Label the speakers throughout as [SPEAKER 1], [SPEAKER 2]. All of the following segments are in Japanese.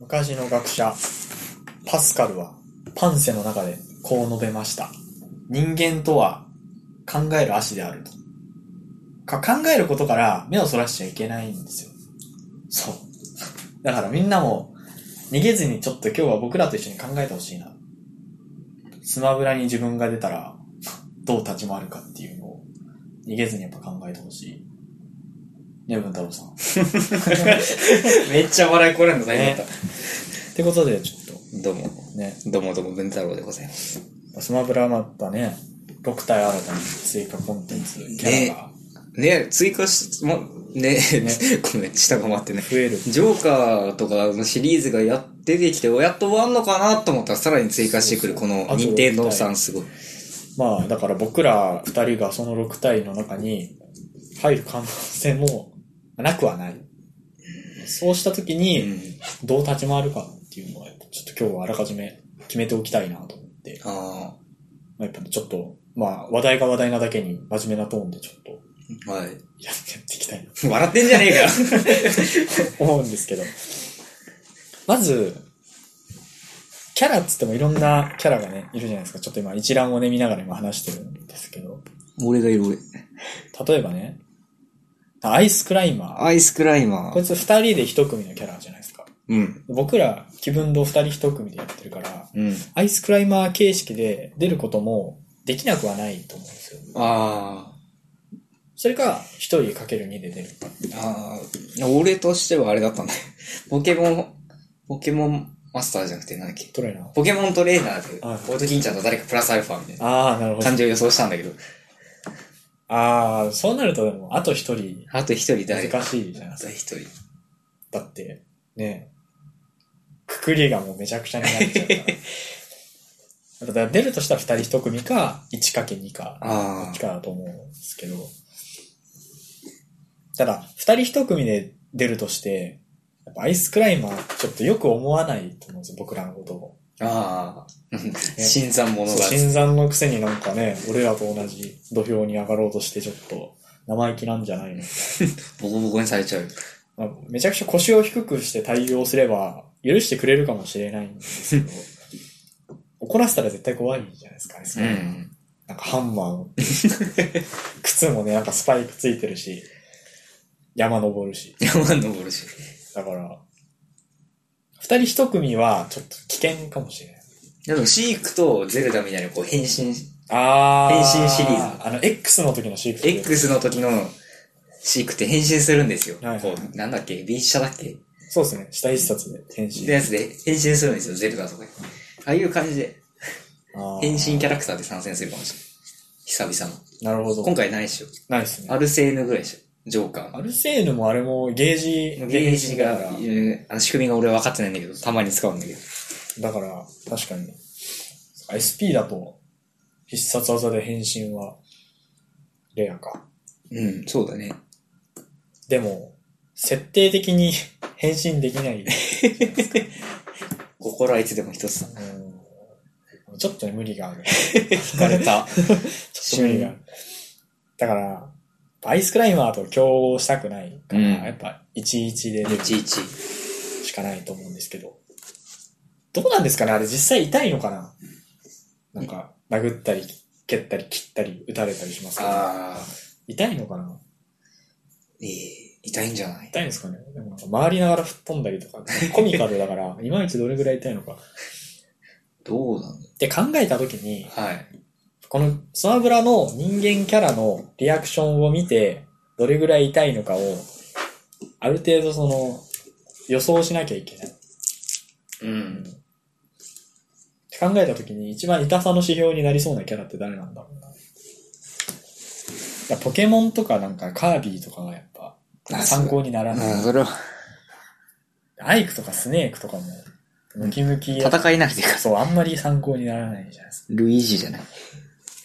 [SPEAKER 1] 昔の学者、パスカルは、パンセの中でこう述べました。人間とは、考える足であると。か考えることから目をそらしちゃいけないんですよ。そう。だからみんなも、逃げずにちょっと今日は僕らと一緒に考えてほしいな。スマブラに自分が出たら、どう立ち回るかっていうのを、逃げずにやっぱ考えてほしい。ね、文太郎さん。
[SPEAKER 2] めっちゃ笑いこらんの大変だっ。
[SPEAKER 1] ってことで、ちょった
[SPEAKER 2] どうも、
[SPEAKER 1] と、ね、
[SPEAKER 2] どうもどうも、文太郎でございます。
[SPEAKER 1] スマブラまたね、6体新たに追加コンテンツ、キャラが
[SPEAKER 2] ね追加し、ま、ね ごめん、下が回ってね。
[SPEAKER 1] 増える。
[SPEAKER 2] ジョーカーとかのシリーズがやってできて、やっと終わんのかなと思ったら、さらに追加してくる、この
[SPEAKER 1] あと
[SPEAKER 2] 任天堂さん、すごい。
[SPEAKER 1] まあ、だから僕ら2人がその6体の中に入る可能性もなくはない。そうした時
[SPEAKER 2] う
[SPEAKER 1] に、
[SPEAKER 2] ん
[SPEAKER 1] どう立ち回るかっていうのは、やっぱちょっと今日はあらかじめ決めておきたいなと思って、
[SPEAKER 2] あ
[SPEAKER 1] まあ、やっぱちょっと、まあ、話題が話題なだけに真面目なトーンでちょっと
[SPEAKER 2] あ、はい。
[SPEAKER 1] やっていきたいな
[SPEAKER 2] 笑ってんじゃねえかよ。
[SPEAKER 1] 思うんですけど。まず、キャラっつってもいろんなキャラがね、いるじゃないですか。ちょっと今一覧をね、見ながら今話してるんですけど。
[SPEAKER 2] 俺がいる俺。
[SPEAKER 1] 例えばね、あアイスクライマー。
[SPEAKER 2] アイスクライマ
[SPEAKER 1] こい
[SPEAKER 2] ー。
[SPEAKER 1] つ二人で一組のキャラじゃないですか。
[SPEAKER 2] うん。
[SPEAKER 1] 僕ら、気分堂二人一組でやってるから、
[SPEAKER 2] うん。
[SPEAKER 1] アイスクライマー形式で出ることもできなくはないと思うんですよ。
[SPEAKER 2] あ
[SPEAKER 1] それか、一人かける2で出るか。
[SPEAKER 2] あ、ああ、俺としてはあれだったんだよ。ポケモン、ポケモンマスターじゃなくて、なんだっけ。
[SPEAKER 1] トレーナー。
[SPEAKER 2] ポケモントレーナーで、
[SPEAKER 1] はい
[SPEAKER 2] オートキンちゃんと誰かプラスアルファみたいな
[SPEAKER 1] ああ、なるほど
[SPEAKER 2] 感。じを予想したんだけど、
[SPEAKER 1] ああ、そうなるとでも、あと一人、
[SPEAKER 2] あと一人誰か。
[SPEAKER 1] 難しいじゃないで
[SPEAKER 2] あ
[SPEAKER 1] すか
[SPEAKER 2] と一人。
[SPEAKER 1] だって、ね、くくりがもうめちゃくちゃになっちゃうから。だから出るとしたら2人1組か、1×2 か、ど
[SPEAKER 2] あ
[SPEAKER 1] っちかだと思うんですけど。ただ、2人1組で出るとして、やっぱアイスクライマー、ちょっとよく思わないと思うんですよ、僕らのことを。
[SPEAKER 2] あ。ああ。新参者が。
[SPEAKER 1] 新参のくせになんかね、俺らと同じ土俵に上がろうとしてちょっと生意気なんじゃないの
[SPEAKER 2] ボコボコにされちゃう。
[SPEAKER 1] まあ、めちゃくちゃ腰を低くして対応すれば、許してくれるかもしれないんですけど、怒らせたら絶対怖いじゃないですか、ねそれ
[SPEAKER 2] ん。
[SPEAKER 1] なんかハンマーを靴もね、なんかスパイクついてるし、山登るし。
[SPEAKER 2] 山登るし。
[SPEAKER 1] だから、二人一組はちょっと危険かもしれない。
[SPEAKER 2] でも、シークとゼルダみたいにこう変身、
[SPEAKER 1] あ
[SPEAKER 2] ー変身シリー
[SPEAKER 1] ズ。あの、X の時のシーク
[SPEAKER 2] X の時のシークって変身するんですよ。
[SPEAKER 1] はいはい
[SPEAKER 2] こう、なんだっけビーシャだっけ
[SPEAKER 1] そうですね、下一冊で変身
[SPEAKER 2] の。やつで変身するんですよ、ゼルダとかに。ああいう感じで、
[SPEAKER 1] あー
[SPEAKER 2] 変身キャラクターで参戦するかもしれない。久々の。
[SPEAKER 1] なるほど。
[SPEAKER 2] 今回ないでしょ。
[SPEAKER 1] ないですね。
[SPEAKER 2] アルセーヌぐらいでしょ。ジョーカー
[SPEAKER 1] アルセーヌもあれもゲージ、
[SPEAKER 2] の。ゲージ
[SPEAKER 1] だ
[SPEAKER 2] が
[SPEAKER 1] から、
[SPEAKER 2] うんあの仕組みが俺は分かってないんだけど、たまに使うんだけど。
[SPEAKER 1] だから、確かに。SP だと、必殺技で変身は、レアか。
[SPEAKER 2] うん、そうだね。
[SPEAKER 1] でも、設定的に 変身でき ない。
[SPEAKER 2] 心はいつでも一つだ。
[SPEAKER 1] うんちょっとね、無理がある。
[SPEAKER 2] 聞かれ た。
[SPEAKER 1] ちょっと無理がある。だから、アイスクライマーと競合したくないから、
[SPEAKER 2] うん
[SPEAKER 1] やっぱ、11で出る
[SPEAKER 2] いちいち。
[SPEAKER 1] しかないと思うんですけど。どうなんですかねあれ実際痛いのかななんか、殴ったり、蹴ったり、切ったり、打たれたりしますけど
[SPEAKER 2] ああ、
[SPEAKER 1] 痛いのかな
[SPEAKER 2] ええ痛いんじゃない
[SPEAKER 1] 痛いんですかねでもなんか回りながら吹っ飛んだりとか、コミカルだから、いまいちどれぐらい痛いのか。っ
[SPEAKER 2] どうなんだ
[SPEAKER 1] て考えたときに、
[SPEAKER 2] はい。
[SPEAKER 1] このスマブラの人間キャラのリアクションを見て、どれぐらい痛いのかを、ある程度その、予想しなきゃいけない。っ
[SPEAKER 2] うん。
[SPEAKER 1] て考えたときに、一番痛さの指標になりそうなキャラって誰なんだろうな。いやポケモンとかなんかカービィとかがやっぱ
[SPEAKER 2] あ
[SPEAKER 1] 参考にならない。
[SPEAKER 2] あそれは、
[SPEAKER 1] アイクとかスネークとかも、ムキムキや
[SPEAKER 2] 戦いなくていいから。
[SPEAKER 1] そう、あんまり参考にならないじゃないですか。
[SPEAKER 2] ルイージじゃない。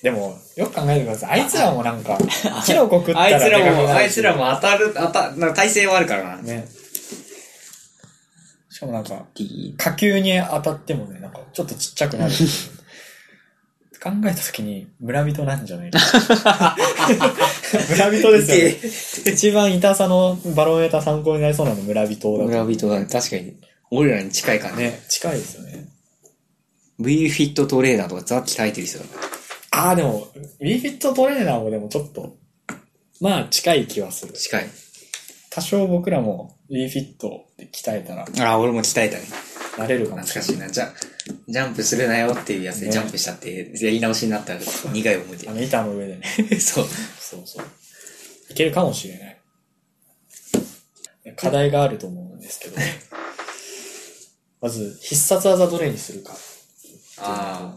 [SPEAKER 1] でも、よく考えてください。あいつらもなんか、キノコ食ったら
[SPEAKER 2] あいつら
[SPEAKER 1] でかくなる
[SPEAKER 2] も、
[SPEAKER 1] し
[SPEAKER 2] あいつら。も当たる、当た、なんか体勢はあるからな。
[SPEAKER 1] ね。しかもなんか、
[SPEAKER 2] ティ ー
[SPEAKER 1] 火球に当たってもね、なんか、ちょっとちっちゃくなる。考えたときに、村人なんじゃないか。村人ですよね。一番痛さのバロメーター参考になりそうなの村人だと。
[SPEAKER 2] 村人だね、確かに。俺らに近い感じ。
[SPEAKER 1] ね、近いですよね。
[SPEAKER 2] V フィットトレーナーとかザ・鍛えてる人だから。
[SPEAKER 1] ああ、でも、WeFit トレーナーもでもちょっと、まあ近い気はする。
[SPEAKER 2] 近い。
[SPEAKER 1] 多少僕らも WeFit で鍛えたら
[SPEAKER 2] ああ、俺も鍛えたね。
[SPEAKER 1] なれるかも
[SPEAKER 2] 懐
[SPEAKER 1] しれ
[SPEAKER 2] か
[SPEAKER 1] ない。
[SPEAKER 2] しいな。じゃ、ジャンプするなよっていうやつで
[SPEAKER 1] ね
[SPEAKER 2] ジャンプしたって、やり直しになったら苦い思い
[SPEAKER 1] あの板の上でね。
[SPEAKER 2] 出。 そう。
[SPEAKER 1] そうそう。いけるかもしれない。課題があると思うんですけど、まず必殺技どれにするか。
[SPEAKER 2] あ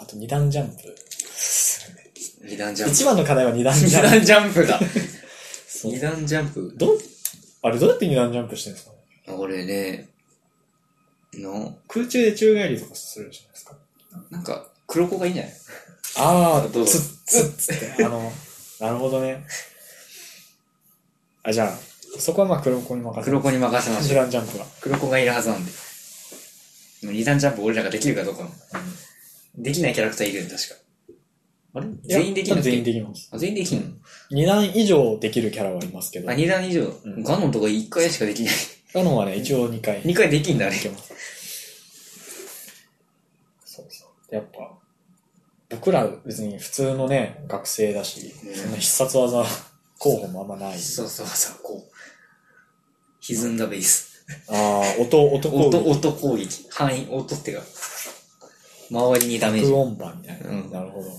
[SPEAKER 2] あ、
[SPEAKER 1] あと二段ジャンプするね。
[SPEAKER 2] 二段ジャンプ。
[SPEAKER 1] 一番の課題は二段ジ
[SPEAKER 2] 二
[SPEAKER 1] ャンプ。
[SPEAKER 2] 段ジャンプだ。
[SPEAKER 1] そう
[SPEAKER 2] 二段ジャンプ。
[SPEAKER 1] どう、あれどうやって二段ジャンプしてるんですかね
[SPEAKER 2] 俺ね、の、
[SPEAKER 1] 空中で宙返りとかするじゃないですか。
[SPEAKER 2] なんか、黒子がいいんじゃない
[SPEAKER 1] あ
[SPEAKER 2] どうぞ
[SPEAKER 1] つっつっつって。あの、なるほどね。あ、じゃあ、そこはまあ黒子に任せ
[SPEAKER 2] 黒子に任せまし
[SPEAKER 1] 二
[SPEAKER 2] ょう。
[SPEAKER 1] 段ジャンプは。
[SPEAKER 2] 黒子がいるはずなんで。でも二段ジャンプ俺らができるかどうかも。できないキャラクターいるん確か。あれ
[SPEAKER 1] いや
[SPEAKER 2] 全員できない
[SPEAKER 1] 全員できます。
[SPEAKER 2] あ、全員できんの
[SPEAKER 1] 二段以上できるキャラはいますけど
[SPEAKER 2] あ、。二段以上
[SPEAKER 1] ん。
[SPEAKER 2] ガノンとか一回しかできない。
[SPEAKER 1] ガノンはね、一応2回。
[SPEAKER 2] 二回できんだ、あれ
[SPEAKER 1] い。けます。そうそう。やっぱ、僕ら別に普通のね、学生だし、
[SPEAKER 2] うん
[SPEAKER 1] そんな必殺技候補もあんまない。
[SPEAKER 2] そうそうそう、こう。歪んだベース。
[SPEAKER 1] ああ、音、音攻
[SPEAKER 2] 音、
[SPEAKER 1] 撃、
[SPEAKER 2] 音攻撃。範囲、音ってか。周りにダメージ
[SPEAKER 1] 爆。音版みたいな。
[SPEAKER 2] うん
[SPEAKER 1] なるほど。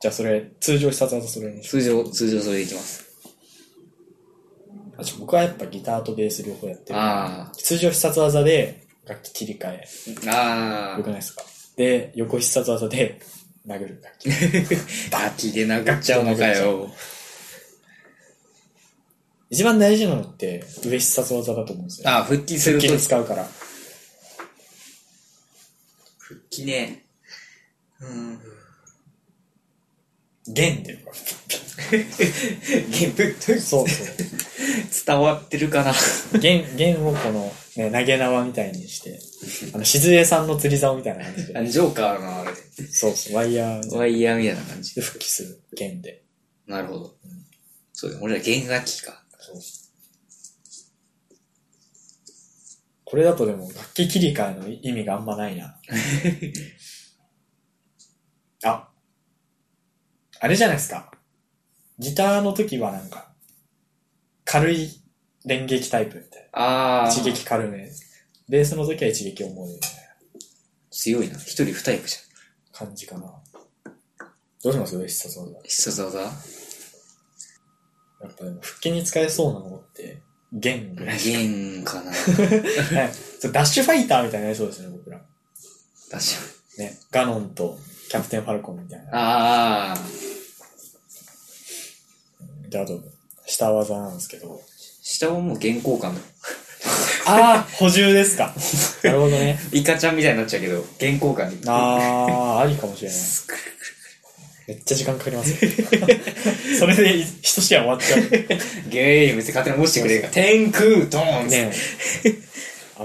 [SPEAKER 1] じゃあそれ、通常必殺技それにしよ
[SPEAKER 2] 通常、通常それでいきます。
[SPEAKER 1] うあちょ僕はやっぱギターとベース両方やってる。
[SPEAKER 2] あ
[SPEAKER 1] 通常必殺技で楽器切り替え。
[SPEAKER 2] あ。あ
[SPEAKER 1] よくないですかで、横必殺技で 殴る楽器。
[SPEAKER 2] あ。バキで殴っちゃうのかよ。
[SPEAKER 1] 一番大事なのって、上必殺技だと思うんですよ。
[SPEAKER 2] ああ、復帰すると
[SPEAKER 1] 気に使うから。
[SPEAKER 2] 復帰ね。うん。
[SPEAKER 1] 弦っていうか。
[SPEAKER 2] ゲーム
[SPEAKER 1] そうそ
[SPEAKER 2] 伝わってるかな。
[SPEAKER 1] う。弦、 弦をこの、ね、投げ縄みたいにして、あの、しずえさんの釣り竿みたいな感じ
[SPEAKER 2] あ
[SPEAKER 1] で。
[SPEAKER 2] のジョーカーのあれで。
[SPEAKER 1] そうそう、ワイヤーみたいな
[SPEAKER 2] ワイヤーみたいな感じ。
[SPEAKER 1] で復帰する。弦で。
[SPEAKER 2] なるほど。そうだ、俺ら弦楽器か。
[SPEAKER 1] そうこれだとでも、楽器切り替えの意味があんまないな。あ、あれじゃないですか。ギターの時はなんか、軽い連撃タイプみたいな。
[SPEAKER 2] ああ。
[SPEAKER 1] 一撃軽め。ベースの時は一撃重いみたい
[SPEAKER 2] 強いな。一人二役じゃん。
[SPEAKER 1] な感じかな。どうします必殺技。
[SPEAKER 2] 必殺 技
[SPEAKER 1] やっぱでも、腹筋に使えそうなのって、弦ぐらい。
[SPEAKER 2] 弦かな。
[SPEAKER 1] はいそうダッシュファイターみたいになりそうですね、僕ら。
[SPEAKER 2] ダッシュ。
[SPEAKER 1] ね。ガノンとキャプテンファルコンみたいな。
[SPEAKER 2] ああ。
[SPEAKER 1] で、あと、下技なんですけ ど。
[SPEAKER 2] 下はもう弦交換だ。
[SPEAKER 1] ああ補充ですか。 なるほどね。
[SPEAKER 2] イカちゃんみたいになっちゃうけど、弦交換できる。
[SPEAKER 1] ああ、ありかもしれない。めっちゃ時間かかりますよ。 それで一試合終わっちゃう。
[SPEAKER 2] ゲームって勝手に押してくれるから。天空ドーンって
[SPEAKER 1] ねえ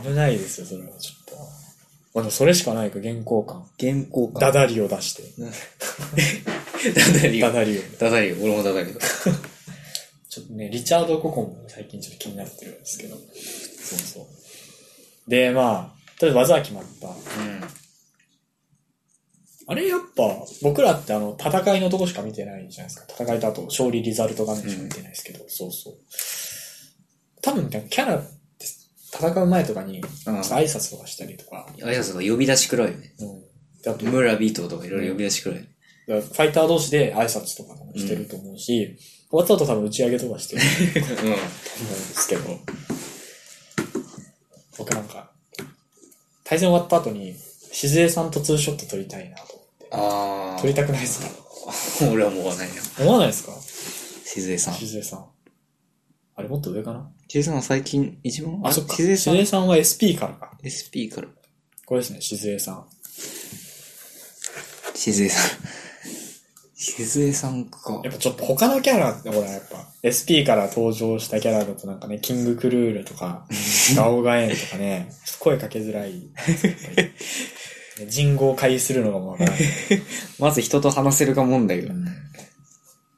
[SPEAKER 1] 危ないですよ、それはちょっと。まあ、でもそれしかないか、原稿感。
[SPEAKER 2] 弦交換。
[SPEAKER 1] ダダリを出して。
[SPEAKER 2] ダダリ
[SPEAKER 1] ダ
[SPEAKER 2] よ。
[SPEAKER 1] ダリを。
[SPEAKER 2] ダダリよ。俺もダダリよ。
[SPEAKER 1] ちょっとね、リチャード・ココンも最近ちょっと気になってるんですけど。そうそう。で、まあ、とりあえず技は決まった。
[SPEAKER 2] う
[SPEAKER 1] あれやっぱ、僕らってあの、戦いのとこしか見てないじゃないですか。戦いとあと、勝利リザルト画面しか見てないですけど、そうそう。多分ね、キャラって、戦う前とかに、
[SPEAKER 2] ん。うん。
[SPEAKER 1] 挨拶とかしたりとか、
[SPEAKER 2] 挨拶が呼び出しくらいよね。
[SPEAKER 1] うん。であと、
[SPEAKER 2] 村ビートとかいろいろ呼び出しくらい。
[SPEAKER 1] だからファイター同士で挨拶とかもしてると思うし、終わった後多分打ち上げとかしてる
[SPEAKER 2] う
[SPEAKER 1] と思うんですけど、僕なんか、対戦終わった後に、しずえさんとツーショット撮りたいなと思って。
[SPEAKER 2] ん。ああ。
[SPEAKER 1] 撮りたくないですか
[SPEAKER 2] 俺はもうわないな。
[SPEAKER 1] 思わないですか
[SPEAKER 2] しずえさん。
[SPEAKER 1] しずえさん。あれもっと上かな
[SPEAKER 2] しずえさんは最近一番
[SPEAKER 1] あ、そっか。
[SPEAKER 2] し
[SPEAKER 1] し
[SPEAKER 2] ずえ
[SPEAKER 1] ず
[SPEAKER 2] さん
[SPEAKER 1] えさんは SP からか。
[SPEAKER 2] SP から。
[SPEAKER 1] これですね、しずえさん。
[SPEAKER 2] しず えさん。しずえさんか
[SPEAKER 1] や。っぱちょっと他のキャラってほらやっぱ SP から登場したキャラだとなんかね、キングクルールと か、ガオガエンとかね、ちょっと声かけづらい。やっぱりね人語を介するのがもうわからない。
[SPEAKER 2] まず人と話せるか問題が。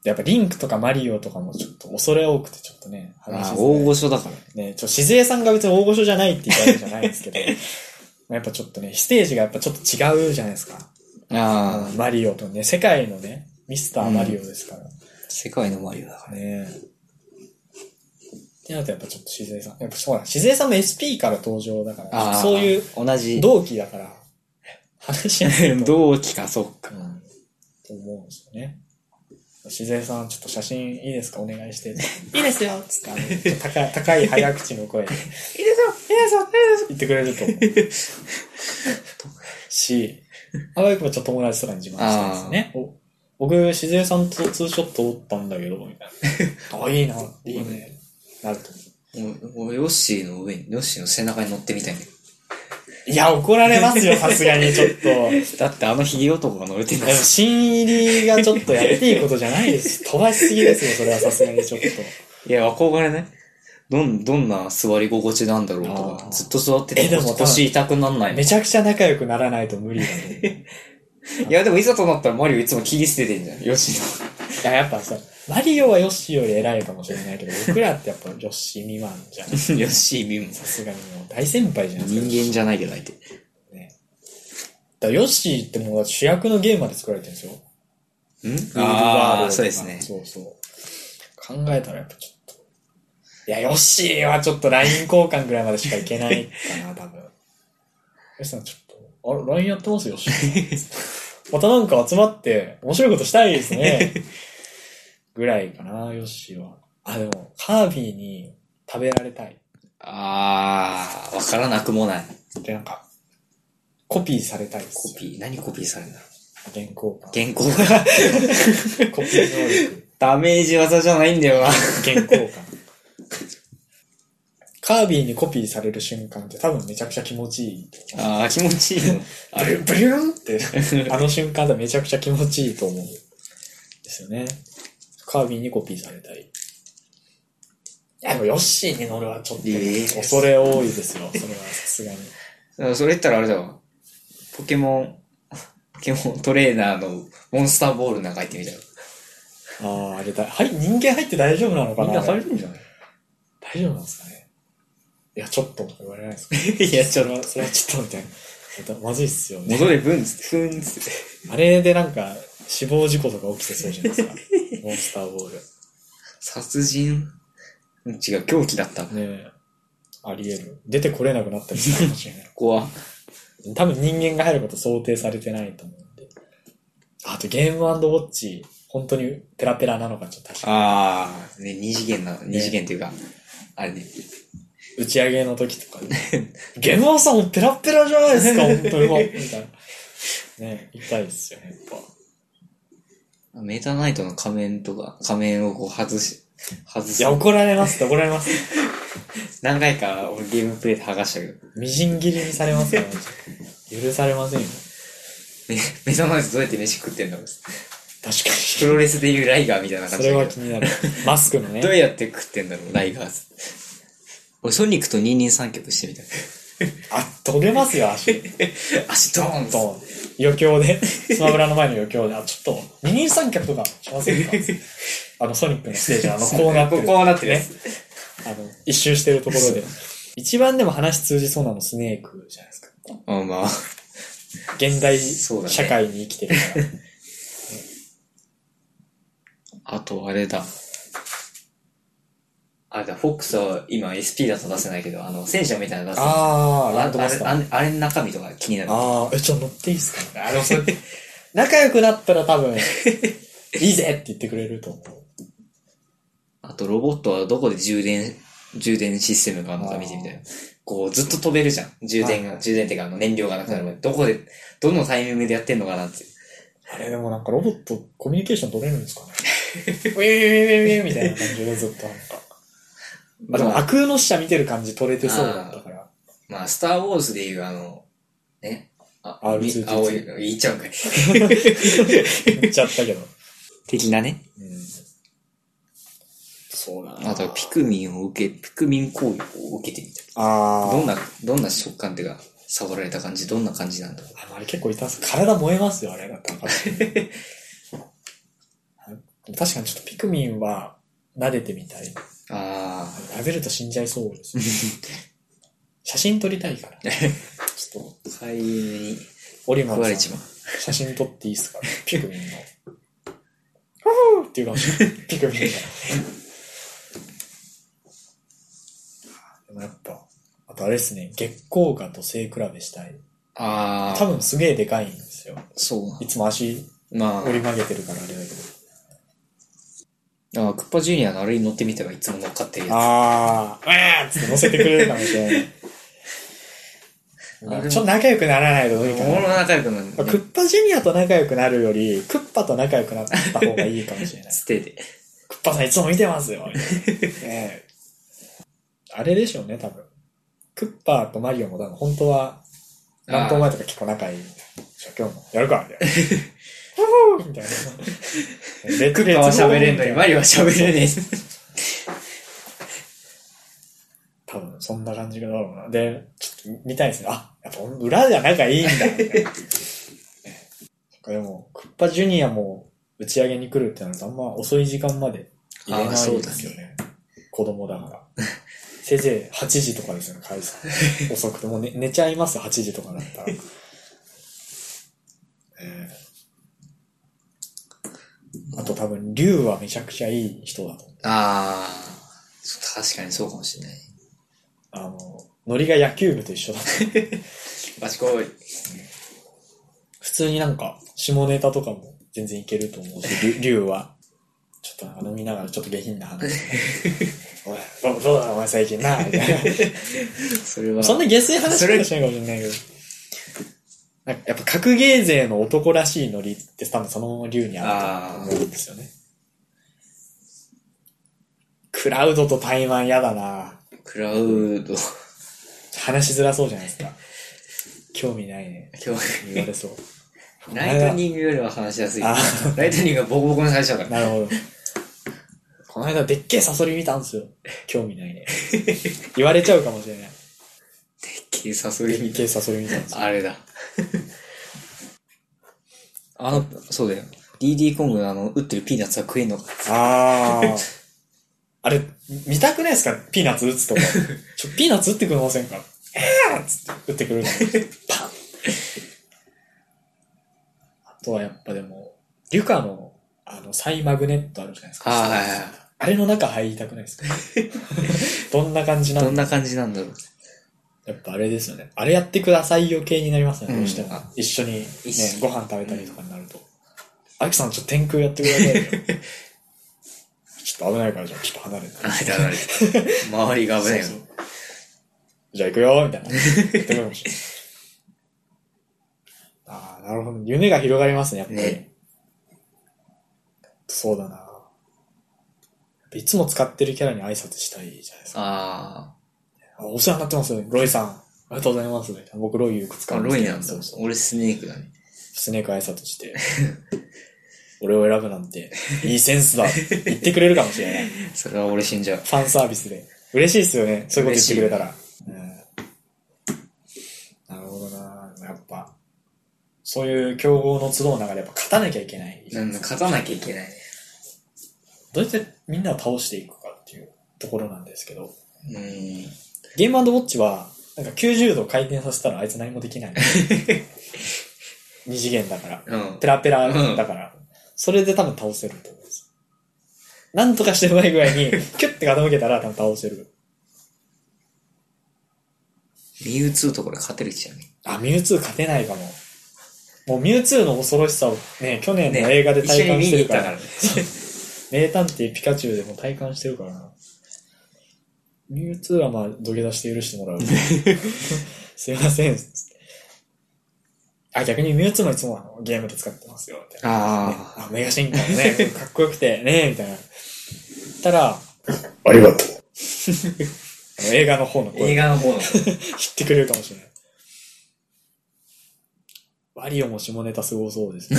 [SPEAKER 1] やっぱリンクとかマリオとかもちょっと恐れ多くてちょっとね、激しい
[SPEAKER 2] あ
[SPEAKER 1] で
[SPEAKER 2] あ、
[SPEAKER 1] すね
[SPEAKER 2] 大御所だから。
[SPEAKER 1] ね、ちょ、しずえさんが別に大御所じゃないって言ったわけじゃないんですけど、まあやっぱちょっとね、ステージがやっぱちょっと違うじゃないですか。
[SPEAKER 2] ああ、
[SPEAKER 1] マリオとね、世界のね、ミスターマリオですから。
[SPEAKER 2] 世界のマリオだから。
[SPEAKER 1] ねってなるとやっぱちょっとしずえさん、やっぱそうだ、しずえさんも SP から登場だから、
[SPEAKER 2] ああ、
[SPEAKER 1] そういう、
[SPEAKER 2] 同じ。
[SPEAKER 1] 同期だから、話し合えるの。
[SPEAKER 2] 同期か、そっか
[SPEAKER 1] う。ん。と思うんですよね。しずえさん、ちょっと写真いいですかお願いして。いいですよつって、あの、ちょっと高い、高い早口の声で。いいですよいいですよいいですよ言ってくれると思う。し、あわよくばちょっと友達とかに自慢してですね。お僕、しずえさんとツーショットおったんだけど、みたいな。あ、いいな、いいね。なると思
[SPEAKER 2] お俺、ヨッシーの上に、ヨッシーの背中に乗ってみたいね。
[SPEAKER 1] う。いや、怒られますよ、さすがに、ちょっと。
[SPEAKER 2] だってあのヒゲ男が乗れてるん
[SPEAKER 1] でも新入りがちょっとやっていいことじゃないです。飛ばしすぎですよ、それはさすがにちょっと。
[SPEAKER 2] いや、憧れね。どん、どんな座り心地なんだろうと
[SPEAKER 1] あ
[SPEAKER 2] か
[SPEAKER 1] ー、
[SPEAKER 2] ずっと座ってて
[SPEAKER 1] えでも多分
[SPEAKER 2] 腰痛くなんないの
[SPEAKER 1] めちゃくちゃ仲良くならないと無理だと思う。い
[SPEAKER 2] いや、でもいざとなったらマリオいつも切り捨ててんじゃ ん。ヨッシーの。
[SPEAKER 1] や、やっぱさ、マリオはヨッシーより偉いかもしれないけど、僕らってやっぱヨッシー未満じゃん。さ
[SPEAKER 2] ヨッシー見も。
[SPEAKER 1] すがにもう大先輩じゃないですか。
[SPEAKER 2] 人間じゃないけど相手。
[SPEAKER 1] ね。だからヨッシーってもう主役のゲームまで作られてるんですよ。
[SPEAKER 2] ん
[SPEAKER 1] ワールドと
[SPEAKER 2] あ
[SPEAKER 1] か
[SPEAKER 2] あ、そうですね。
[SPEAKER 1] そうそう。考えたらやっぱちょっと。いや、ヨッシーはちょっと LINE 交換ぐらいまでしかいけないかな、多 分。ヨッシーさんちょっと、あ、LINE やってますよ、ヨッシーまたなんか集まって、面白いことしたいですね。 ぐらいかな、ヨッシーは。あ、でも、カービィに食べられたい。
[SPEAKER 2] ああ、わからなくもない。
[SPEAKER 1] で、なんか、コピーされたいです
[SPEAKER 2] コ
[SPEAKER 1] よ。
[SPEAKER 2] ピー、何コピーされるんだろう。
[SPEAKER 1] 原稿感。
[SPEAKER 2] 原稿が。
[SPEAKER 1] コピー能力。
[SPEAKER 2] ダメージ技じゃないんだよな。
[SPEAKER 1] 原稿感。カービィにコピーされる瞬間って多分めちゃくちゃ気持ちいいと思う。
[SPEAKER 2] ああ、気持ちいいの。あ
[SPEAKER 1] ブリ
[SPEAKER 2] れ
[SPEAKER 1] ュンブリュンって、 あの瞬間だめちゃくちゃ気持ちいいと思うんですよね。カービィにコピーされたい。いや、でもヨッシーに乗るはちょっと
[SPEAKER 2] いやいやいや
[SPEAKER 1] 恐れ多いですよ。それはさすがに。
[SPEAKER 2] あ それ言ったらあれだわ。ポケモン、ポケモントレーナーのモンスターボールなんか入ってみたら。
[SPEAKER 1] ああ、あれだ、はい、人間入って大丈夫なのかな
[SPEAKER 2] みんな
[SPEAKER 1] あ
[SPEAKER 2] 入
[SPEAKER 1] れ
[SPEAKER 2] るんじゃ ない
[SPEAKER 1] 大丈夫なんですかね。いや、ちょっととか言われないですか
[SPEAKER 2] いや、ちょっ
[SPEAKER 1] それは、
[SPEAKER 2] と。
[SPEAKER 1] それは ちょっとみたいな。またまずいっすよね。
[SPEAKER 2] 戻れ、ブンっつって、ふーんっつって。
[SPEAKER 1] あれでなんか、死亡事故とか起きてそうじゃないですか。モンスターボール。
[SPEAKER 2] 殺人うん違う、狂気だった。こ
[SPEAKER 1] ねえ。あり得る。出てこれなくなったりするかもしれな
[SPEAKER 2] こは。
[SPEAKER 1] い。多分人間が入ること想定されてないと思うんで。あとゲームウォッチ、本当にペラペラなのかちょっと確か
[SPEAKER 2] ああ、ね、二次元な、二次元っていうか、あれね。
[SPEAKER 1] に。打ち上げの時とかね。ゲームオさんもペラペラじゃないですか、本当にもう。みたいな。ねえ、痛いですよね、やっ
[SPEAKER 2] メタナイトの仮面とか、仮面をこう外し、外
[SPEAKER 1] ぱ。い
[SPEAKER 2] す
[SPEAKER 1] や、。怒られますって怒られます。
[SPEAKER 2] 何回か俺ゲームプレイで剥がしたけど、
[SPEAKER 1] みじん切りにされますから、許されませんよ。
[SPEAKER 2] メメタナイトどうやって飯食ってんだろう。
[SPEAKER 1] 確かに。
[SPEAKER 2] プロレスでいうライガーみたいな感
[SPEAKER 1] そ
[SPEAKER 2] じだ
[SPEAKER 1] れ
[SPEAKER 2] けど
[SPEAKER 1] は気になる。マスクのね。
[SPEAKER 2] どうやって食ってんだろう、ライガーズ。俺、ソニックと二人三脚してみたい。
[SPEAKER 1] あ、飛べますよ、足。
[SPEAKER 2] 足ドーンと。
[SPEAKER 1] と、余興 で、スマブラの前の余興で、あ、ちょっと、二人三脚とかしませんかあの、ソニックのステージのあの、こうなってる。
[SPEAKER 2] こうなってるやつ。
[SPEAKER 1] あの、一周してるところで。一番でも話通じそうなのスネークじゃないですか。
[SPEAKER 2] あまあ。
[SPEAKER 1] 現代
[SPEAKER 2] そうだね
[SPEAKER 1] 社会に生きてるから。
[SPEAKER 2] あと、あれだ。あれだ、フォックスは今 SP だと出せないけど、あの、戦車みたいなの出せない
[SPEAKER 1] あー、ラ
[SPEAKER 2] あ
[SPEAKER 1] ンド
[SPEAKER 2] あ
[SPEAKER 1] マス
[SPEAKER 2] れ
[SPEAKER 1] タ
[SPEAKER 2] あ
[SPEAKER 1] ー。
[SPEAKER 2] れ、あれの中身とか気になる。
[SPEAKER 1] あー、え、ちょ、乗っていいですかあの、それ、仲良くなったら多 分、いいぜって言ってくれると思う。
[SPEAKER 2] あと、ロボットはどこで充電、充電システムがあるのか見てみたいな。こう、ずっと飛べるじゃん。充電
[SPEAKER 1] はいは
[SPEAKER 2] が、充電っていうか、あの、燃料がなくなるまで。どこで、どのタイミングでやってんのかなって。
[SPEAKER 1] あれでもなんかロボットコミュニケーション取れるんですかね ウィーウィーウィーウィーウィーみたいな感じでずっとなんか。まあでも、
[SPEAKER 2] まあ
[SPEAKER 1] 悪空の使者見てる感じ取れてそうだったから。
[SPEAKER 2] まあ、スターウォーズでいう、あの、ね。あ、み
[SPEAKER 1] R2D2
[SPEAKER 2] 青い、言っちゃうんかい。
[SPEAKER 1] 言っちゃったけど。
[SPEAKER 2] 的なね。
[SPEAKER 1] うん、そうだな
[SPEAKER 2] あと、ピクミンを受け、ピクミン攻撃を受けてみたい。
[SPEAKER 1] あ
[SPEAKER 2] ど
[SPEAKER 1] ー
[SPEAKER 2] んな、どんな食感っていうか、触られた感じ、どんな感じなんだろう。
[SPEAKER 1] あの。あれ結構痛そう。体燃えますよ、あれだったら。で も確かにちょっとピクミンは撫でてみたい。
[SPEAKER 2] あ
[SPEAKER 1] 食べると死んじゃいそうですね。 写真撮りたいから。ちょっ
[SPEAKER 2] あ、飼い犬に
[SPEAKER 1] と、オリマ
[SPEAKER 2] 食
[SPEAKER 1] ン
[SPEAKER 2] わ
[SPEAKER 1] さ
[SPEAKER 2] れちま
[SPEAKER 1] ん、
[SPEAKER 2] う。
[SPEAKER 1] 写真撮っていいです かピクミンの。ふふーっていう感じ。 ピクミンが。 でもやっぱ、あとあれですね、月光蛾と背比べしたい。
[SPEAKER 2] ああ、
[SPEAKER 1] 多分すげえでかいんですよ。
[SPEAKER 2] そうない
[SPEAKER 1] つも足
[SPEAKER 2] の。まあ、
[SPEAKER 1] 折り曲げてるからあれだけど。
[SPEAKER 2] あークッパジュニアのあれに乗ってみたらいつも乗っかってるや
[SPEAKER 1] ああ、わーっつって乗せてくれるかもしれ ない。まあちょっと仲良くならないとどう
[SPEAKER 2] つ。
[SPEAKER 1] にかな
[SPEAKER 2] 俺も仲良くなる、
[SPEAKER 1] まあクッパジュニアと仲良くなるより、クッパと仲良くなった方がいいかもしれない。
[SPEAKER 2] ステイで。
[SPEAKER 1] クッパさんいつも見てます よ。みたいなねえあれでしょうね、多分。クッパとマリオも多分本当は、何分前とか結構仲いい。じゃあ今日もやるかみたいな。ふふーみたい な。 レ
[SPEAKER 2] クッパは喋れんのに、マリオは喋れ ね
[SPEAKER 1] 多分そんな感じだろうな。で、ちょっと見たいですね。あ、やっぱ裏では仲 いいんだみたいな。ねそっかでも、クッパジュニアも打ち上げに来るってなるとあんま遅い時間まで入れ
[SPEAKER 2] あー
[SPEAKER 1] ない
[SPEAKER 2] そう
[SPEAKER 1] で
[SPEAKER 2] だね
[SPEAKER 1] すよね。子供だから。せいぜい8時とかですよね、帰る の遅くて。もう寝寝ちゃいます、8時とかだったら。えーあと多分、竜はめちゃくちゃいい人だと思う。
[SPEAKER 2] え。ああ、そう確かにそうかもしれない。
[SPEAKER 1] あの、ノリが野球部と一緒だった
[SPEAKER 2] バチコイ。
[SPEAKER 1] 普通になんか、下ネタとかも全然いけると思うし、 りゅ竜は。ちょっとなんか飲みながらちょっと下品な話。おい、どうどうだお前最近な、みたい
[SPEAKER 2] それは。
[SPEAKER 1] な。そんな下水話
[SPEAKER 2] そ
[SPEAKER 1] しか
[SPEAKER 2] れ
[SPEAKER 1] しないかもしれないけど。なんかやっぱ格ゲー勢の男らしいノリって多分そのまま竜にあると思うんですよね。クラウドとタイマン嫌だな
[SPEAKER 2] クラウド。
[SPEAKER 1] 話しづらそうじゃないですか。興味ないね。
[SPEAKER 2] 今日
[SPEAKER 1] 言われそう。
[SPEAKER 2] ライトニングよりは話しやすい。
[SPEAKER 1] あ
[SPEAKER 2] ライトニングはボコボコに最初だから。
[SPEAKER 1] なるほど。この間でっけえサソリ見たんですよ。興味ないね。言われちゃうかもしれない。
[SPEAKER 2] 警察
[SPEAKER 1] でっ
[SPEAKER 2] に。
[SPEAKER 1] けえサソリ見たんですよ。
[SPEAKER 2] あれだ。あの、そうだよ。DD コングのあの、打ってるピーナッツは食えんのか。
[SPEAKER 1] あー。あれ、見たくないですかピーナッツ打つとこ。ちょ、ピーナッツ打ってくれませんかえーっつって打ってくるの。パンあとはやっぱでも、リュカの、あの、サイマグネットあるじゃないですか。
[SPEAKER 2] あーはいはいはい
[SPEAKER 1] あれの中入りたくない ですかどんな感じな
[SPEAKER 2] ど
[SPEAKER 1] の
[SPEAKER 2] んな感じなんだろう。
[SPEAKER 1] やっぱあれですよね。あれやってくださいよ系になりますね、
[SPEAKER 2] うん
[SPEAKER 1] どうしても。一緒に、ね
[SPEAKER 2] 一緒、に
[SPEAKER 1] ご飯食べたりとかになると。あきさん、ちょっと天空やってくださいよ。 ちょっと危ないから、じゃあちょっと離れて。
[SPEAKER 2] あれだ、あれ。周りが危ないよ
[SPEAKER 1] そう。そうじゃあ行くよ、みたいな。言ってくるかもしれない。 ああ、なるほど。夢が広がりますね、やっぱり。
[SPEAKER 2] ね
[SPEAKER 1] そうだな。やっぱいつも使ってるキャラに挨拶したいじゃないですか。
[SPEAKER 2] あ
[SPEAKER 1] あお世話になってます、ロイさん。ありがとうございます。僕、ロイよく
[SPEAKER 2] ー
[SPEAKER 1] 使
[SPEAKER 2] あ、
[SPEAKER 1] うんで
[SPEAKER 2] ロ
[SPEAKER 1] すけ
[SPEAKER 2] イ
[SPEAKER 1] ど
[SPEAKER 2] なんだ
[SPEAKER 1] そうそう。
[SPEAKER 2] 俺スネークだね。
[SPEAKER 1] スネーク挨拶して、 俺を選ぶなんて、いいセンスだって言ってくれるかもしれない。フ
[SPEAKER 2] それは俺死んじゃう。
[SPEAKER 1] ァンサービスで。嬉しいですよね。そういうこと言ってくれたら。うん、なるほどなやっぱ、そういう競合の集う中でやっぱ勝たなきゃいけない。
[SPEAKER 2] なんだ、勝たなきゃいけないね。
[SPEAKER 1] どうやってみんなを倒していくかっていうところなんですけど、
[SPEAKER 2] うーん。
[SPEAKER 1] ゲームウォッチは、なんか90度回転させたらあいつ何もできない。二次元だから。
[SPEAKER 2] うん
[SPEAKER 1] ペ。ラペラだから、それで多分倒せると思うんです。なんとかしてうまい具合に、キュッて傾けたら多分倒せる。
[SPEAKER 2] ミュウツーとこれ勝てるじゃんね。
[SPEAKER 1] あ、ミュウツー勝てないかも。もうミュウツーの恐ろしさをね、去年の映画で体
[SPEAKER 2] 一緒に
[SPEAKER 1] 感
[SPEAKER 2] 見
[SPEAKER 1] し
[SPEAKER 2] に
[SPEAKER 1] て
[SPEAKER 2] 行
[SPEAKER 1] る
[SPEAKER 2] っ
[SPEAKER 1] か
[SPEAKER 2] た
[SPEAKER 1] ら、
[SPEAKER 2] からね。
[SPEAKER 1] 名探偵ピカチュウでも体感してるからな。ミュウツーはまあ土下座して許してもらう。すいません。あ、逆にミュウツーもいつもあのゲームで使ってますよ。みたいな
[SPEAKER 2] あ
[SPEAKER 1] あ、メガ進化のね、かっこよくて、ねみたいな。たら、
[SPEAKER 3] ありがとう。
[SPEAKER 1] 映画の方の
[SPEAKER 2] あ。映
[SPEAKER 1] 声、
[SPEAKER 2] 画の方の。
[SPEAKER 1] 知ってくれるかもしれない。ワリオも下ネタすごそうですね。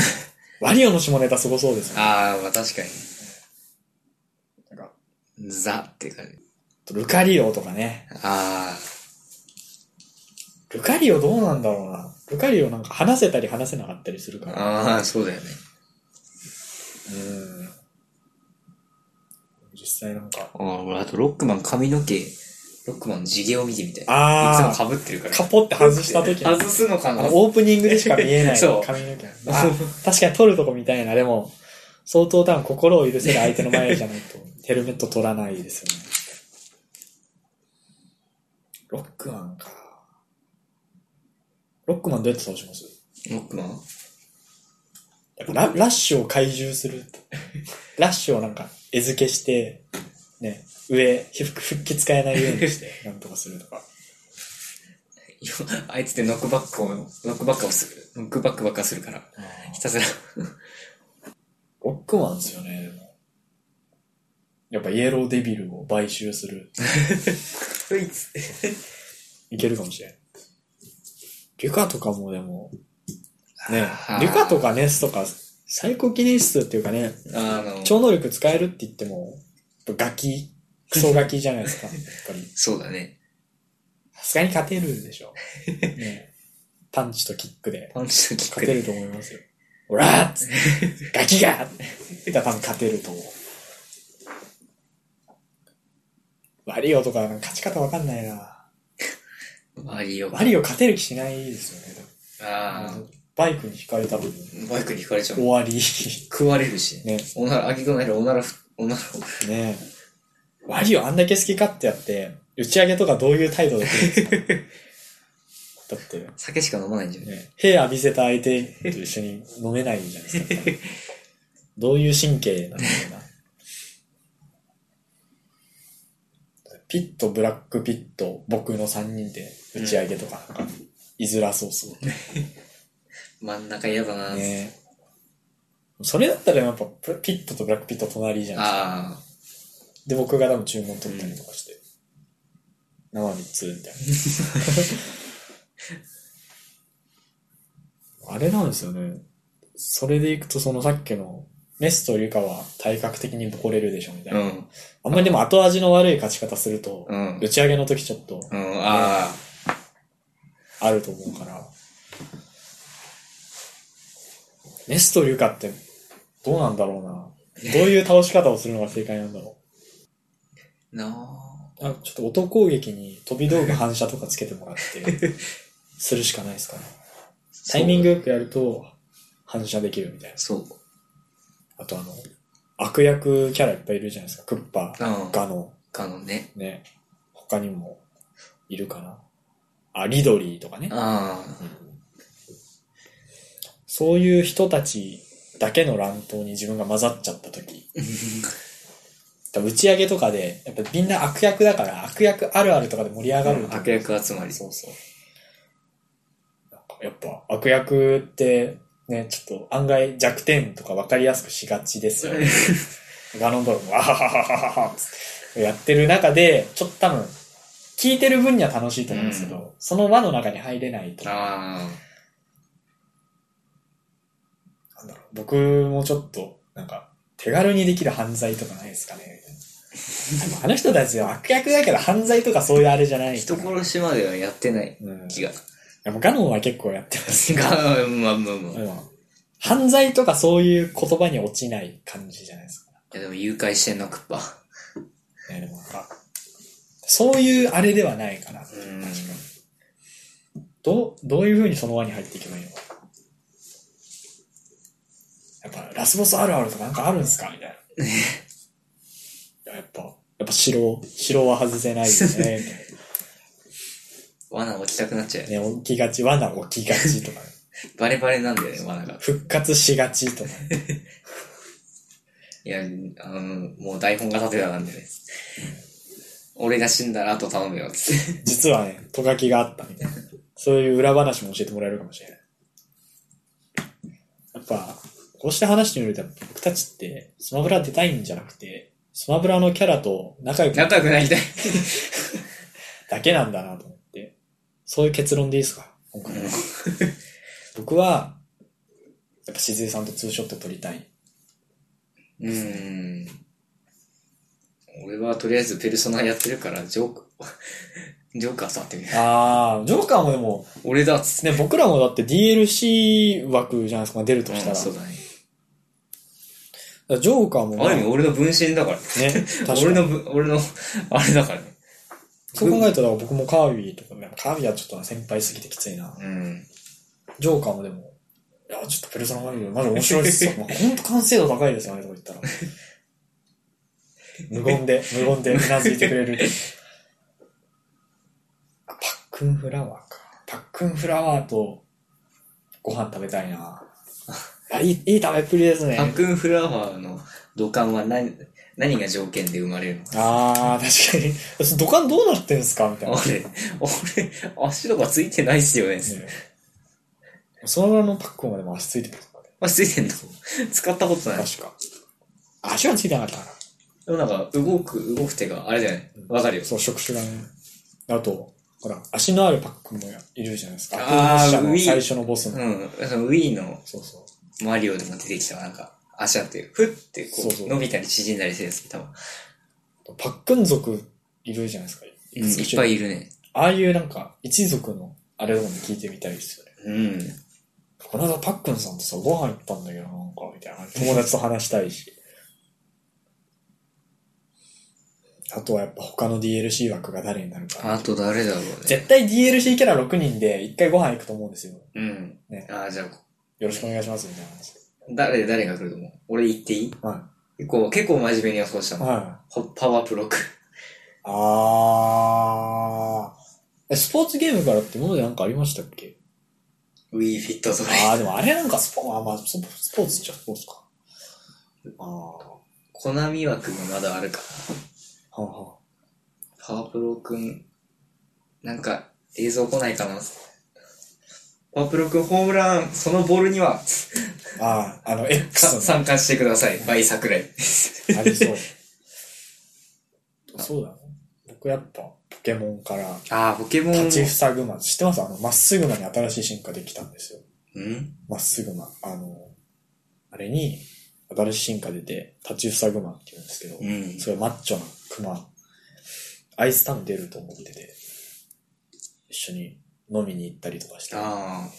[SPEAKER 1] ワリオの下ネタすごそうですね。
[SPEAKER 2] ああ、まあ確か
[SPEAKER 1] なんか
[SPEAKER 2] に。ザって感じ。
[SPEAKER 1] ルカリオとかね。
[SPEAKER 2] あ
[SPEAKER 1] ルカリオどうなんだろうな。ルカリオなんか話せたり話せなかったりする
[SPEAKER 2] あ。
[SPEAKER 1] から。
[SPEAKER 2] ああ、そうだよね。
[SPEAKER 1] うん。実際なんか。
[SPEAKER 2] あ俺、あと、ロックマン髪の毛、ロックマンの地毛を見てみたい。い
[SPEAKER 1] あ
[SPEAKER 2] つも被ってるから。
[SPEAKER 1] カポって外した時の
[SPEAKER 2] 外すのか
[SPEAKER 1] あ
[SPEAKER 2] な
[SPEAKER 1] のオープニングでしか見えない
[SPEAKER 2] そう
[SPEAKER 1] 髪の毛。あ確かに撮るとこみたいな。でも、相当多分心を許せる相手の前じゃないと、ヘルメット取らないですよね。ロックマンか。ロックマンどうやって倒します
[SPEAKER 2] ロックマン
[SPEAKER 1] やっぱララッシュを怪獣するっ て。ラッシュをなんか、餌付けして、ね、上、皮膚復帰使えないように して、なんとかするとか。
[SPEAKER 2] いや あいつってノックバックを、ノックバックをする。ノックバックばっかするから。ひたすら。
[SPEAKER 1] ロックマンですよね、でも。やっぱイエローデビルを買収する。
[SPEAKER 2] ういっつって。
[SPEAKER 1] いけるかもしれん。リュカとかもでも、ね
[SPEAKER 2] あ、ー
[SPEAKER 1] リュカとかネスとか、最高記念室っていうかね、
[SPEAKER 2] あの、
[SPEAKER 1] 超能力使えるって言っても、やっぱガキ、クソガキじゃないです か、やっぱり。
[SPEAKER 2] そうだね。
[SPEAKER 1] さすがに勝てるでしょ。 ね、パンチとキックで
[SPEAKER 2] パンチとキック
[SPEAKER 1] 勝て
[SPEAKER 2] で。
[SPEAKER 1] ると思いますよ。オラーっつってガキがだから多分勝てると思う。マリオとかなんか勝ち方わかんないな。
[SPEAKER 2] マリオ。
[SPEAKER 1] マリオ勝てる気しないですよね。
[SPEAKER 2] ああ。
[SPEAKER 1] バイクに引かれた分
[SPEAKER 2] バイクに引かれちゃう
[SPEAKER 1] 終。わり。
[SPEAKER 2] 食われるし。
[SPEAKER 1] ね。
[SPEAKER 2] おなら、あげくないでおならふ、おならを。
[SPEAKER 1] ねえ。マリオあんだけ好き勝手やって、打ち上げとかどういう態度で来るん ですかだって、
[SPEAKER 2] 酒しか飲まないんじゃない
[SPEAKER 1] ね、兵浴びせた相手と一緒に飲めないじゃないですか。どういう神経なんだろうな。ピット、ブラックピット、僕の3人で打ち上げとか、なんか、いづらそうそう。
[SPEAKER 2] 真ん中嫌だな。
[SPEAKER 1] ねそれだったらやっぱ、プピットとブラックピット隣じゃないですか。
[SPEAKER 2] あ
[SPEAKER 1] で、僕が多分注文取ったりとかして。生3つみたいな。 あれなんですよね。それでいくと、そのさっきの、メスとリュカは体格的にボコれるでしょみたい
[SPEAKER 2] あ。う
[SPEAKER 1] な。
[SPEAKER 2] ん。
[SPEAKER 1] あんまりでも後味の悪い勝ち方すると、
[SPEAKER 2] うん
[SPEAKER 1] 打。ち上げの時ちょっと
[SPEAKER 2] うん、ああ。
[SPEAKER 1] あると思うから。メスとリュカってどうなんだろうな。どういう倒し方をするのが正解なんだろう。
[SPEAKER 2] なあ。
[SPEAKER 1] あちょっと音攻撃に飛び道具反射とかつけてもらって、するしかないですかね。タイミングよくやると、反射できるみたいな。
[SPEAKER 2] そう。
[SPEAKER 1] あとあの、悪役キャラいっぱいいるじゃないですか。クッパ、
[SPEAKER 2] うん。
[SPEAKER 1] ガノ
[SPEAKER 2] かのね。
[SPEAKER 1] ン、ね。他にも、いるかな。あ、リドリーとかね。
[SPEAKER 2] あ
[SPEAKER 1] そういう人たちだけの乱闘に自分が混ざっちゃった時。だから打ち上げとかで、やっぱみんな悪役だから、悪役あるあるとかで盛り上
[SPEAKER 2] あ。
[SPEAKER 1] がると思うんですよ
[SPEAKER 2] 悪役集まり。
[SPEAKER 1] そうそう。なんかやっぱ悪役ってね、ちょっと案外弱点とか分かりやすくしがちですよね。ガノンドロも、あはははははつってやってる中で、ちょっと多分、聞いてる分には楽しいと思うんですけど、
[SPEAKER 2] う
[SPEAKER 1] その輪の中に入れないと。
[SPEAKER 2] あ
[SPEAKER 1] なんだろう僕もちょっと、なんか、手軽にできる犯罪とかないですかねみたいなでもあの人たちは悪役だけど犯罪とかそういうあれじゃな
[SPEAKER 2] あ。
[SPEAKER 1] いか
[SPEAKER 2] 人
[SPEAKER 1] ら。
[SPEAKER 2] 殺しまではやってない
[SPEAKER 1] うん。
[SPEAKER 2] 気が。
[SPEAKER 1] でもガノンは結構やってますけど
[SPEAKER 2] が、まあまあまあ。い
[SPEAKER 1] うん犯罪とかそういう言葉に落ちない感じじゃないですか。
[SPEAKER 2] やでも誘拐してんな、クッパ。
[SPEAKER 1] ね、でもなんか、そういうあれではないかな。確
[SPEAKER 2] う
[SPEAKER 1] か
[SPEAKER 2] ん
[SPEAKER 1] に。どう、どういう風にその輪に入っていけばいいのか。やっぱ、ラスボスあるあるとかなんかあるんすかみたいな。いややっぱ、やっぱ城、城は外せないですね。みたいな
[SPEAKER 2] 罠置きたくなっちゃうよね。
[SPEAKER 1] ね、起きがち、罠起きがちとか、
[SPEAKER 2] バレバレなんだよね、罠が。
[SPEAKER 1] 復活しがちとか。
[SPEAKER 2] いや、あの、もう台本が立てたなんでね。俺が死んだら後頼むよ、つって。
[SPEAKER 1] 実はね、トカキがあったみたいな。そういう裏話も教えてもらえるかもしれない。やっぱ、こうして話してみると、僕たちって、スマブラ出たいんじゃなくて、スマブラのキャラと仲良くなる
[SPEAKER 2] 仲良くなりたい。
[SPEAKER 1] だけなんだなと思って、そういう結論でいいですか今回 は。僕は、やっぱ静江さんとツーショット撮りたい。
[SPEAKER 2] うーん。俺はとりあえずペルソナやってるから、ジョーカー、ジョーカー触ってみる。
[SPEAKER 1] あー、ジョーカーもでも、
[SPEAKER 2] 俺だっつっ
[SPEAKER 1] ね、僕らもだって DLC 枠じゃないですか、出ると
[SPEAKER 2] て。
[SPEAKER 1] した
[SPEAKER 2] うん
[SPEAKER 1] ら。
[SPEAKER 2] そうだね。
[SPEAKER 1] らジョーカーも、
[SPEAKER 2] ある意
[SPEAKER 1] ね、
[SPEAKER 2] 味俺の分身だからね。
[SPEAKER 1] 確か
[SPEAKER 2] 俺
[SPEAKER 1] に。
[SPEAKER 2] のぶ、俺の、あれだからね。
[SPEAKER 1] そう考えたら僕もカービィとかね、カービィはちょっとね先輩すぎてきついな。
[SPEAKER 2] うん。
[SPEAKER 1] ジョーカーもでも、いや、ちょっとペルソナ5マジ面白いっすよ。まあほんと完成度高いですよね、とか言ったら。無言で、無言でうなずいてくれる。あパックンフラワーか。パックンフラワーとご飯食べたいな。あ、いい、いい食べっぷりですね
[SPEAKER 2] パ。ックンフラワーの土管は何、何が条件で生まれるの
[SPEAKER 1] あー、確かに。私土管どうなってんすかみたいな。
[SPEAKER 2] 俺、俺、足とかついてないっすよね。
[SPEAKER 1] ねそのままのパックンまでも足ついてたとかね。
[SPEAKER 2] あ、ついてんの使ったことない。
[SPEAKER 1] 確か。足はついてなかったかな。
[SPEAKER 2] でもなんか、動く、動く手が、あれだよね。わかるよ。
[SPEAKER 1] そう、触手がね。あと、ほら、足のあるパックンもいるじゃないですか。
[SPEAKER 2] あー
[SPEAKER 1] アクロ
[SPEAKER 2] ウ
[SPEAKER 1] の
[SPEAKER 2] ィー
[SPEAKER 1] 最初のボスの。
[SPEAKER 2] うん。その Wii の
[SPEAKER 1] そうそう。
[SPEAKER 2] マリオでも出てきたわ、なんか、足あって、ふってこ
[SPEAKER 1] そうそう
[SPEAKER 2] う、伸びたり縮んだりするやつ、多分。
[SPEAKER 1] パックン族いるじゃないですか。
[SPEAKER 2] うんいっぱいいるね。
[SPEAKER 1] ああいうなんか、一族のあれとかも聞いてみたいですよね。
[SPEAKER 2] うん。
[SPEAKER 1] この間パックンさんとさ、ご飯行ったんだけど、なんか、みたいな。友達と話したいし。あとはやっぱ他の DLC 枠が誰になるか。
[SPEAKER 2] あと誰だろうね。
[SPEAKER 1] 絶対 DLC キャラ6人で一回ご飯行くと思うんですよ。
[SPEAKER 2] うん
[SPEAKER 1] ね。
[SPEAKER 2] ああ、じゃあ、
[SPEAKER 1] よろしくお願いします、みたいな話。
[SPEAKER 2] 誰、誰が来ると思う俺言っていい
[SPEAKER 1] は
[SPEAKER 2] 結構、結構真面目に予想した
[SPEAKER 1] い。
[SPEAKER 2] の。
[SPEAKER 1] はい。
[SPEAKER 2] ほパワープロック。
[SPEAKER 1] あー。え、スポーツゲームからってものでなんかありましたっけ
[SPEAKER 2] Wii フィットトレイン。
[SPEAKER 1] あー、でもあれなんかスポ、あまあ、スポスポーツっちゃスポーツか。あー。は
[SPEAKER 2] コナミ枠がまだあるから。
[SPEAKER 1] あは
[SPEAKER 2] パワプロくん、なんか映像来ないかな。パワプロくんホームラン、そのボールには
[SPEAKER 1] あ。あー、あの、
[SPEAKER 2] さ
[SPEAKER 1] X
[SPEAKER 2] 参加してください。バイ桜井。
[SPEAKER 1] の、ありそう。 そうだね。僕やっぱ、ポケモンから、
[SPEAKER 2] ああ、ポケモン。
[SPEAKER 1] 立ちふさぐま、知ってますあの、まっすぐまに新しい進化できたんですよ。
[SPEAKER 2] うん
[SPEAKER 1] まっすぐま。あの、あれに、新しい進化出て、立ちふさぐまって言うんですけど、
[SPEAKER 2] うん。
[SPEAKER 1] すごいマッチョなクマ。アイスタウン出ると思ってて、一緒に飲みに行ったりとかして、
[SPEAKER 2] あ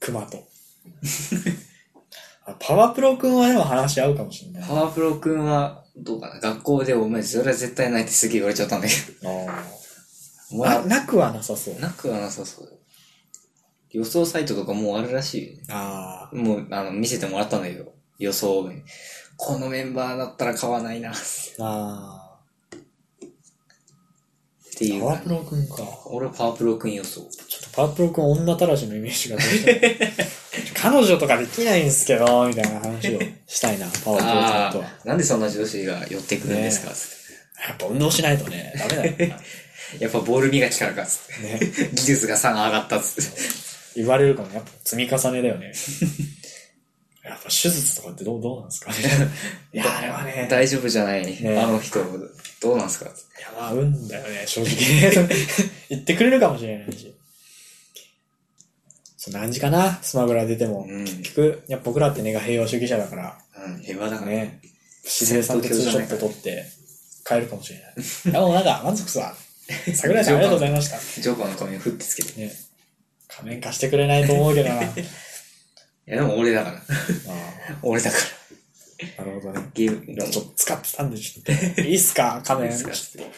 [SPEAKER 1] クマと。あパワプロ君はでも話し合うかもしれない。
[SPEAKER 2] あ、
[SPEAKER 1] あ
[SPEAKER 2] パワプロくんは、どうかな。学校でお前、それは絶対ないってすげえ言われちゃったんだけ
[SPEAKER 1] ー
[SPEAKER 2] ど。お前
[SPEAKER 1] あ、なくはなさそう。
[SPEAKER 2] なくはなさそうだよ。予想サイトとかもうあるらしいよね。
[SPEAKER 1] ああ、
[SPEAKER 2] もう、あの、見せてもらったんだけど、予想面。このメンバーだったら買わないな、っ
[SPEAKER 1] あ
[SPEAKER 2] てい
[SPEAKER 1] ー
[SPEAKER 2] う。
[SPEAKER 1] パワプロ君か。
[SPEAKER 2] 俺パワープロ君予想。
[SPEAKER 1] ちょっとパワプロ君女たらしのイメージがどうしても 彼女とかできないんですけど、みたいな話をした いな、パワプロ君
[SPEAKER 2] あ
[SPEAKER 1] とは。
[SPEAKER 2] あ、なんでそんな女子が寄ってくるんですか、つ
[SPEAKER 1] やっぱ運動しないとね、ダメだよ な。
[SPEAKER 2] ってやっぱボール磨きからかっつっ
[SPEAKER 1] ね
[SPEAKER 2] て。技術が3上がったっつって。
[SPEAKER 1] 言われるかもやっぱ積み重ねだよね。 やっぱ手術とかってどう、どうなんですかね。 いや、あれはね、
[SPEAKER 2] 大丈夫じゃない、
[SPEAKER 1] ね
[SPEAKER 2] あの人、どうなんすかつって
[SPEAKER 1] いや、まあ、運だよね、正直。 言ってくれるかもしれないし。そんな感じかな、スマブラ出ても。
[SPEAKER 2] うん。
[SPEAKER 1] 結局、いや、僕らって根が平和主義者だから、
[SPEAKER 2] うん、平和だからね。
[SPEAKER 1] ね、自然さんとツーショット撮って、帰るかもしれない。いや、もうなんか、満足さ。桜井さん、ありがとうございました。
[SPEAKER 2] ジョーカーの仮面振ってつけて。い
[SPEAKER 1] ね、仮面貸してくれないと思うけど な。あ
[SPEAKER 2] や、でも俺だから。俺だから。
[SPEAKER 1] あ、なるほどね。
[SPEAKER 2] ゲーム、
[SPEAKER 1] いやちょっと使ってたんで、ちょっと。いいっす か仮面。
[SPEAKER 2] いいっすか
[SPEAKER 1] ちょっと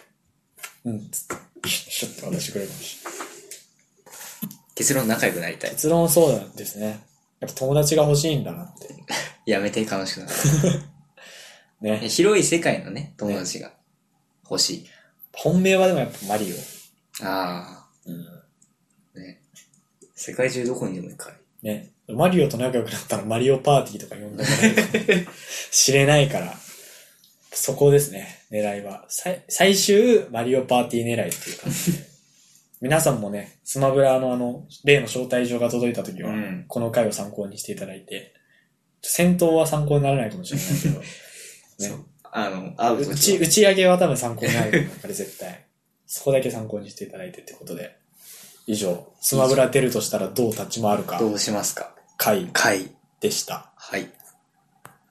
[SPEAKER 1] うん、つって。ちょっと私くれるかもしれない。
[SPEAKER 2] 結論仲良くなりたい。
[SPEAKER 1] 結論そうなんですね。やっぱ友達が欲しいんだなって。
[SPEAKER 2] やめて楽しくなる。
[SPEAKER 1] ね。
[SPEAKER 2] 広い世界のね、友達が欲しい。
[SPEAKER 1] 本命はでもやっぱマリ
[SPEAKER 2] あ
[SPEAKER 1] オ。
[SPEAKER 2] あ、ね。世界中どこにでも行くから。
[SPEAKER 1] ね。マリオと仲良くなったらマリオパーティーとか呼んだら知れないから。そこですね、狙いは。最最終、マリオパーティー狙いっていう感じで。皆さんもね、スマブラのあの、例の招待状が届いた時は、
[SPEAKER 2] うん
[SPEAKER 1] この回を参考にしていただいて、戦闘は参考にならないかもしれないけど、
[SPEAKER 2] そ
[SPEAKER 1] ね
[SPEAKER 2] う。あの、会う
[SPEAKER 1] 打ち、
[SPEAKER 2] 時
[SPEAKER 1] 打ち上げは多分参考になると思うから絶対。 そこだけ参考にしていただいてってことで。以上、スマブラ出るとしたらどう立ち回るか
[SPEAKER 2] は、どうしますか
[SPEAKER 1] 回
[SPEAKER 2] 会。
[SPEAKER 1] でした。
[SPEAKER 2] はい。